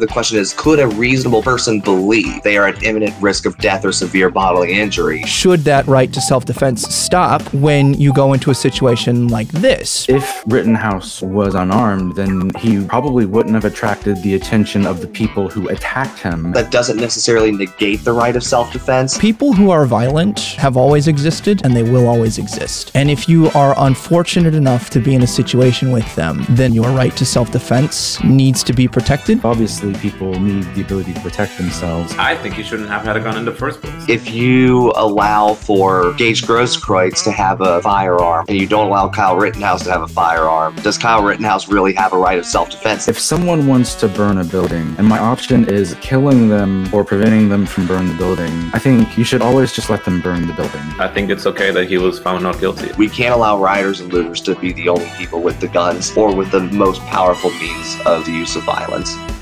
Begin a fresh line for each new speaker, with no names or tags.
The question is could a reasonable person believe they are at imminent risk of death or severe bodily injury?
Should that right to self defense stop when you go into a situation like this?
If Rittenhouse was unarmed, then he probably wouldn't have attracted the attention of the people who attacked him.
That doesn't necessarily negate the right of self defense.
People who are violent have always existed and they will always exist. And if you are unfortunate enough to be in a situation with them, then your right to self defense needs to be protected.
Obviously, people need the ability to protect themselves.
I think he shouldn't have had a gun in the first place.
If you allow for Gage Grosskreutz to have a firearm and you don't allow Kyle Rittenhouse to have a firearm, does Kyle Rittenhouse really have a right of self defense?
If someone wants to burn a building and my option is killing them or preventing them from burning the building, I think you should always just let them burn the building.
I think it's okay that he was found not guilty.
We can't allow rioters and looters to be the only people with the guns or with the most powerful means of the use of violence.